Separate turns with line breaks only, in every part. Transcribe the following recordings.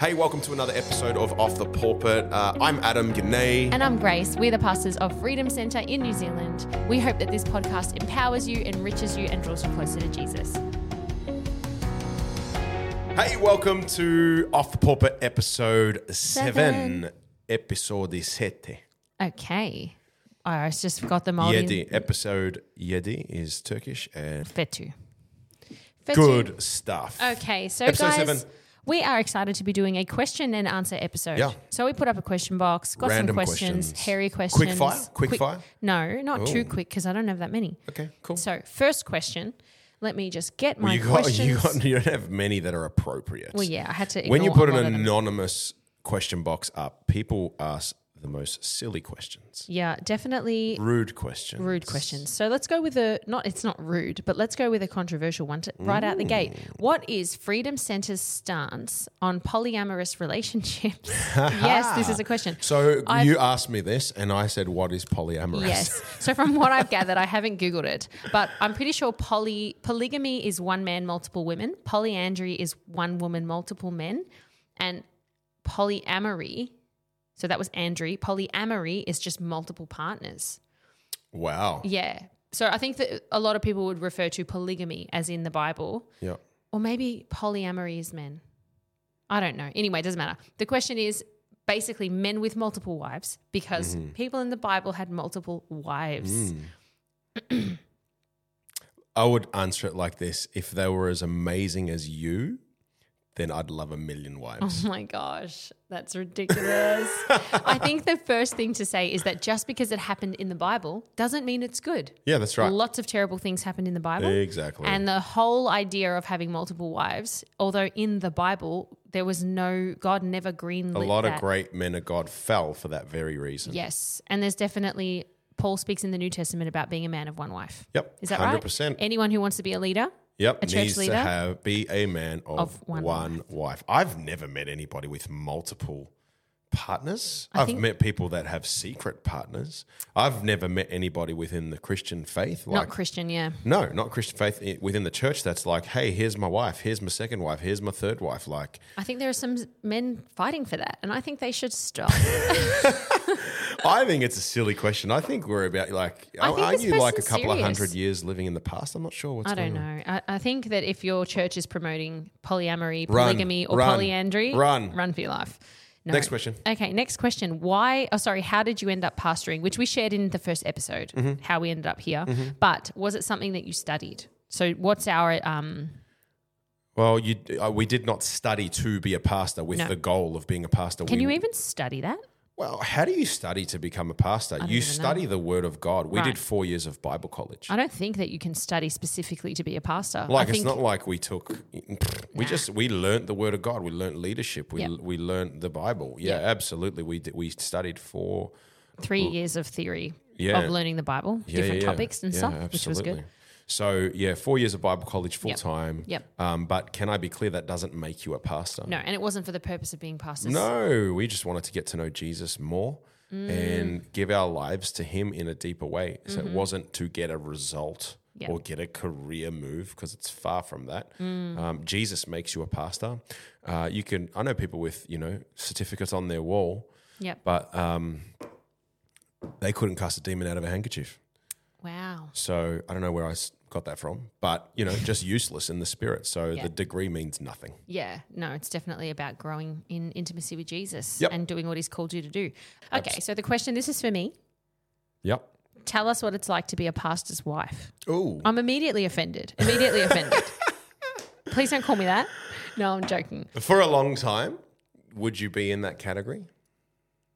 Hey, welcome to another episode of Off the Pulpit. Uh, I'm Adam Ganey.
And I'm Grace. We're the pastors of Freedom Centre in New Zealand. We hope that this podcast empowers you, enriches you, and draws you closer to Jesus.
Hey, welcome to Off the Pulpit episode seven.
Seven.
Episode sete.
Okay. Oh, I just got the mold in.
Yedi. Episode Yedi is Turkish and
Fetu. Fetu.
good stuff.
Okay, so
Episode
guys,
seven.
we are excited to be doing a question and answer episode.
Yeah.
So we put up a question box, got
Random
some questions,
questions.
hairy
Quick
questions.
fire? Quick fire?
No, not too
Ooh.
quick because I don't have that many.
Okay, cool.
So first question. Let me just get my
well, you got,
questions.
you got you don't have many that are appropriate.
well, yeah, I had to.
when you
ignore
put
a
an
lot of them.
anonymous question box up, people ask the most silly questions,
yeah, definitely
rude questions,
Rude questions. So let's go with a not. It's not rude, but let's go with a controversial one to, right out the gate. What is Freedom Center's stance on polyamorous relationships? yes, this is a question.
So
I've-
you asked me this, and I said, "What is polyamorous?"
Yes. So from what I've gathered, I haven't Googled it, but I'm pretty sure poly polygamy is one man, multiple women. Polyandry is one woman, multiple men, and polyamory. So that was Andry. Polyamory is just multiple partners.
Wow.
Yeah. So I think that a lot of people would refer to polygamy as in the Bible,
Yeah.
or maybe polyamory is men. I don't know. Anyway, it doesn't matter. The question is basically men with multiple wives because people in the Bible had multiple wives.
I would answer it like this: If they were as amazing as you, then I'd love a million wives.
Oh my gosh, that's ridiculous. I think the first thing to say is that just because it happened in the Bible doesn't mean it's good.
Yeah, that's right.
Lots of terrible things happened in the Bible.
Exactly.
And the whole idea of having multiple wives, although in the Bible there was no God never greenlit
a lot
that.
of great men of God fell for that very reason.
Yes, and there's definitely Paul speaks in the New Testament about being a man of one wife.
Yep.
Is that right?
100%.
Anyone who wants to be a leader,
Yep,
A church
needs
leader?
to have be a man of,
Of
one,
one
wife. I've never met anybody with multiple partners.
I
I've
think-
met people that have secret partners. I've never met anybody within the Christian faith.
not
Like,
Christian, yeah.
no, not Christian faith i- within the church. That's like, hey, here's my wife. Here's my second wife. Here's my third wife. Like,
I think there are some men fighting for that, and I think they should stop.
I think it's a silly question. I think we're about like,
I think
aren't
this
you like a
person's
couple of
serious.
hundred years living in the past? I'm not sure what's
I
going
don't
on.
know. I, I think that if your church is promoting polyamory,
Run,
polygamy, or
run,
polyandry,
run.
run for your life. No.
Next question.
Okay, next question. Why? Oh, sorry. How did you end up pastoring? Which we shared in the first episode,
Mm-hmm.
how we ended up here. But was it something that you studied? So, what's our um?
Well, you, uh, we did not study to be a pastor with
No.
the goal of being a pastor.
Can
we,
you even study that?
Well, how do you study to become a pastor? You
even know.
study the Word of God. We did
Right.
four years of Bible college.
I don't think that you can study specifically to be a pastor.
Like
I
it's
think
not like we took. We just we learnt the Word of God. We learnt leadership. We
Yep.
we learnt the Bible. Yeah,
Yep.
absolutely. We did, we studied for
three years of theory
Yeah.
of learning the Bible,
yeah, yeah,
different
yeah.
topics and
Yeah,
stuff, which was good.
absolutely. So yeah, four years of Bible college full time.
Yep.
Um, but can I be clear? That doesn't make you a pastor.
No, and it wasn't for the purpose of being pastors.
No, we just wanted to get to know Jesus more and give our lives to Him in a deeper way. So it wasn't to get a result
Yeah.
or get a career move because it's far from that. Um, Jesus makes you a pastor. Uh, you can. I know people with you know certificates on their wall,
Yep.
but um, they couldn't cast a demon out of a handkerchief.
Wow.
So I don't know where I s- got that from, but you know, just useless in the spirit. So the degree means nothing.
Yeah, no, it's definitely about growing in intimacy with Jesus
Yep.
and doing what he's called you to do. Okay, so the question this is for me.
Yep.
Tell us what it's like to be a pastor's wife.
Ooh.
I'm immediately offended. Immediately offended. Please don't call me that. No, I'm joking.
For a long time, would you be in that category?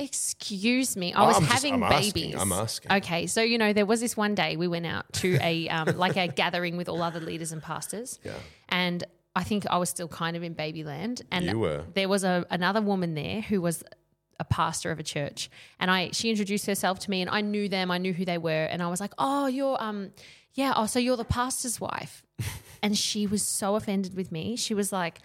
Excuse me. I was
I'm just-
having
I'm asking,
babies.
I'm asking.
Okay, so you know there was this one day we went out to a um, like a gathering with all other leaders and pastors.
Yeah.
And I think I was still kind of in baby land. And
You were.
there was a another woman there who was a pastor of a church and I she introduced herself to me and I knew them I knew who they were and I was like oh you're um yeah oh so you're the pastor's wife and she was so offended with me she was like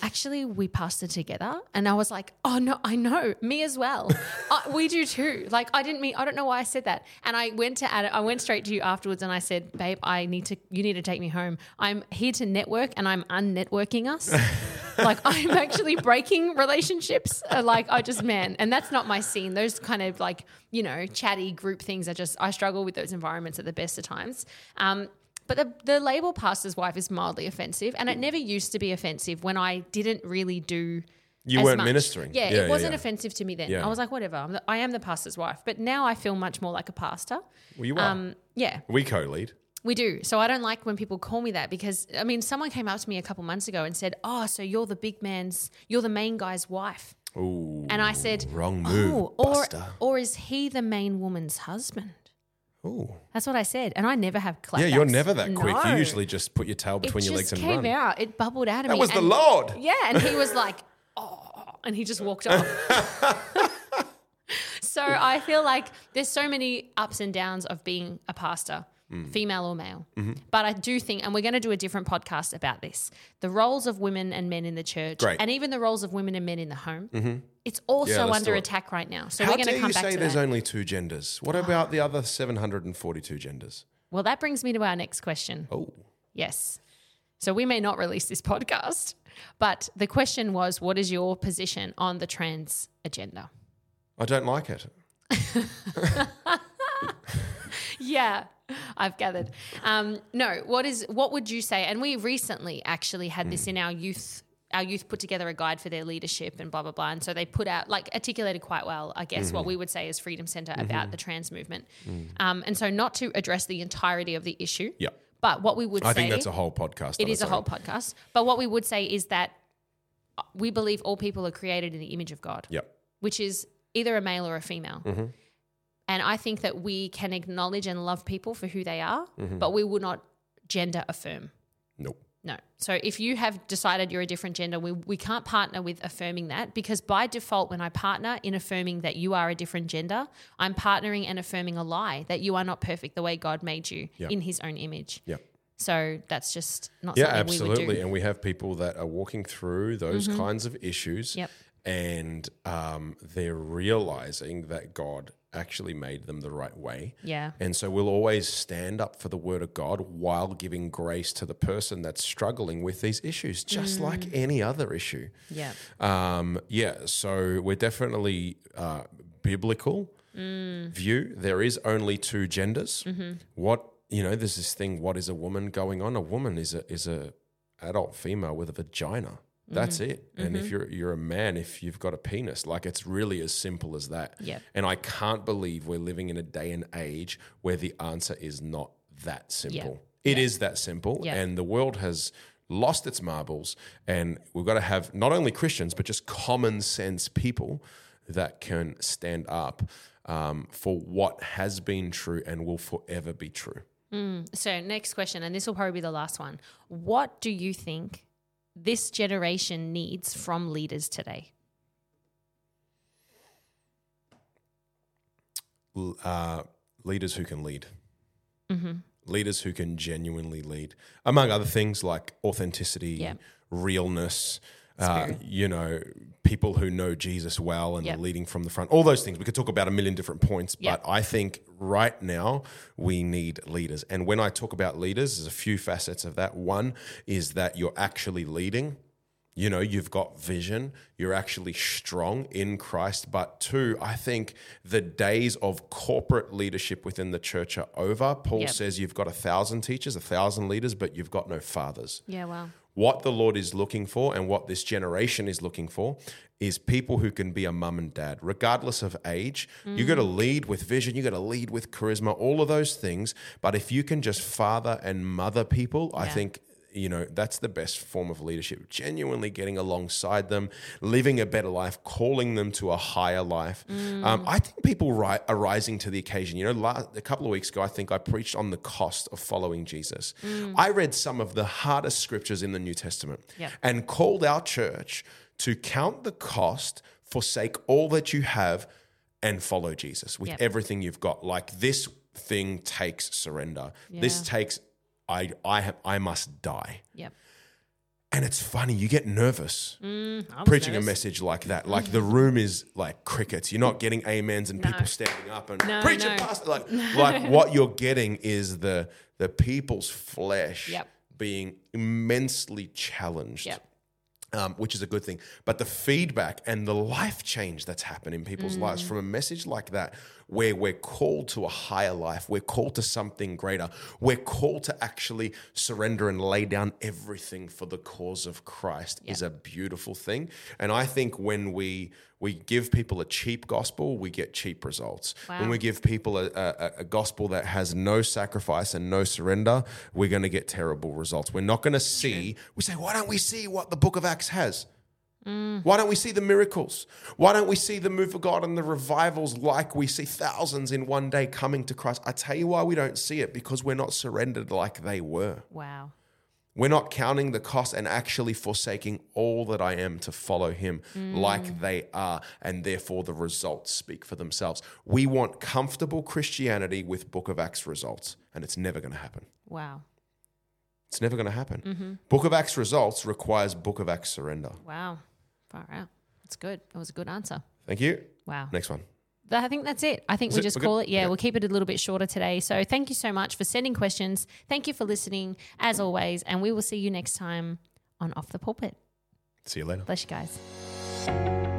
actually we pastored together and I was like oh no I know me as well I, we do too like I didn't mean I don't know why I said that and I went to Adam, I went straight to you afterwards and I said babe I need to you need to take me home I'm here to network and I'm unnetworking us Like I'm actually breaking relationships. Uh, Like I just man, and that's not my scene. Those kind of like you know chatty group things. I just I struggle with those environments at the best of times. Um, but the, the label pastor's wife is mildly offensive, and
Mm.
it never used to be offensive when I didn't really do.
You
as
weren't
much.
ministering.
Yeah,
Yeah, yeah,
it wasn't
yeah.
offensive to me then.
Yeah.
I was like, whatever. I'm the, I am the pastor's wife, but now I feel much more like a pastor.
Well, you are.
Um, yeah.
we co-lead.
We do. So I don't like when people call me that because I mean, someone came up to me a couple months ago and said, "Oh, so you're the big man's, you're the main guy's wife,"
Ooh,
and I said,
wrong move,
"Oh, or
Buster.
or is he the main woman's husband?"
Ooh.
That's what I said, and I never have clap.
Yeah, you're
backs.
never that quick. You
No.
usually just put your tail
it
between your legs
just
and
came
run.
out. It bubbled out of me.
That was the
and-
Lord.
Yeah, and he was like, "Oh," and he just walked off. so I feel like there's so many ups and downs of being a pastor,
Mm.
female or male.
Mm-hmm.
But I do think, and we're going to do a different podcast about this the roles of women and men in the church,
Great. Mm-hmm.
and even the roles of women and men in the home. It's also
Yeah, let's
under
do it.
attack right now. So
How
we're going to
dare
come
you
back
say
to
there's
that.
only two genders? What about the other 742 genders?
well, that brings me to our next question.
Oh,
Yes. So we may not release this podcast, but the question was what is your position on the trans agenda?
I don't like it.
Yeah. I've gathered. Um, no, what is what would you say? And we recently actually had this in our youth. Our youth put together a guide for their leadership and blah blah blah, and so they put out like articulated quite well, I guess, what we would say is Freedom Center
Mm-hmm.
about the trans movement. Um, and so, not to address the entirety of the issue,
Yeah.
but what we would
I
say
think that's a whole podcast.
It is a whole podcast. But what we would say is that uh, we believe all people are created in the image of God,
Yep.
which is either a male or a female.
Mm-hmm.
And I think that we can acknowledge and love people for who they are,
Mm-hmm.
but we will not gender affirm.
Nope.
No. So if you have decided you're a different gender, we, we can't partner with affirming that because by default, when I partner in affirming that you are a different gender, I'm partnering and affirming a lie that you are not perfect the way God made you
Yeah.
in his own image.
Yep.
So that's just not
Yeah,
something we would do. Mm-hmm.
absolutely. And we have people that are walking through those kinds of issues.
Yep.
And um, they're realizing that God actually made them the right way.
Yeah.
And so we'll always stand up for the word of God while giving grace to the person that's struggling with these issues, just like
Mm.
any other issue.
Yeah.
Um, yeah, so we're definitely uh, biblical view. There is only two genders. What you know, there's this thing. What is a woman going on? A woman is a is a adult female with a vagina. That's it. And if you're you're a man, if you've got a penis, like it's really as simple as that.
Yep.
And I can't believe we're living in a day and age where the answer is not that simple. It is that simple.
Yeah.
And the world has lost its marbles. And we've got to have not only Christians, but just common sense people that can stand up um, for what has been true and will forever be true.
Mm, So, next question, and this will probably be the last one. What do you think this generation needs from leaders today?
L- Uh, leaders who can lead.
Mm-hmm.
Leaders who can genuinely lead, among other things like authenticity,
Yeah.
realness, uh, you know, people who know Jesus well and
Yeah.
are leading from the front, all those things. We could talk about a million different points,
Yeah.
but I think right now we need leaders. And when I talk about leaders, there's a few facets of that. One is that you're actually leading. You know, you've got vision, you're actually strong in Christ. But two, I think the days of corporate leadership within the church are over. Paul
Yep.
says you've got a thousand teachers, a thousand leaders, but you've got no fathers
Yeah, wow.
what the Lord is looking for and what this generation is looking for is people who can be a mum and dad, regardless of age. You got to lead with vision, you got to lead with charisma, all of those things. But if you can just father and mother people, I
Yeah.
think. You know, that's the best form of leadership. Genuinely getting alongside them, living a better life, calling them to a higher life. Um, I think people ri- are rising to the occasion. You know, la a couple of weeks ago, I think I preached on the cost of following Jesus. I read some of the hardest scriptures in the New Testament
Yep.
and called our church to count the cost, forsake all that you have, and follow Jesus with
Yep.
everything you've got. Like this thing takes surrender. This
Yeah.
takes I I have I must die.
Yep.
And it's funny, you get nervous
Mm, I was
preaching a
nervous.
message like that. Like the room is like crickets. You're not getting amens and people standing up and
No,
preach
no.
it, pastor. Like, like what you're getting is the the people's flesh
Yep.
being immensely challenged
Yep.
um, which is a good thing. But the feedback and the life change that's happened in people's
Mm.
lives from a message like that, where we're called to a higher life, we're called to something greater, we're called to actually surrender and lay down everything for the cause of Christ, is a beautiful thing. And I think when we we give people a cheap gospel, we get cheap results. When we give people a, a, a gospel that has no sacrifice and no surrender, we're going to get terrible results. We're not going to see, we say, why don't we see what the book of Acts has? Why don't we see the miracles? Why don't we see the move of God and the revivals like we see thousands in one day coming to Christ? I tell you why we don't see it because we're not surrendered like they were.
Wow.
We're not counting the cost and actually forsaking all that I am to follow him like they are, and therefore the results speak for themselves. We want comfortable Christianity with Book of Acts results, and it's never going to happen.
Wow.
It's never going to happen. Book of Acts results requires Book of Acts surrender.
Wow. Far out. That's good. That was a good answer.
Thank you.
Wow.
Next one.
Th- I think that's it. I think
Is
we
it?
just
We're good?
call it. Yeah,
Okay.
we'll keep it a little bit shorter today. So thank you so much for sending questions. Thank you for listening, as always. And we will see you next time on Off the Pulpit.
See you later.
Bless you guys.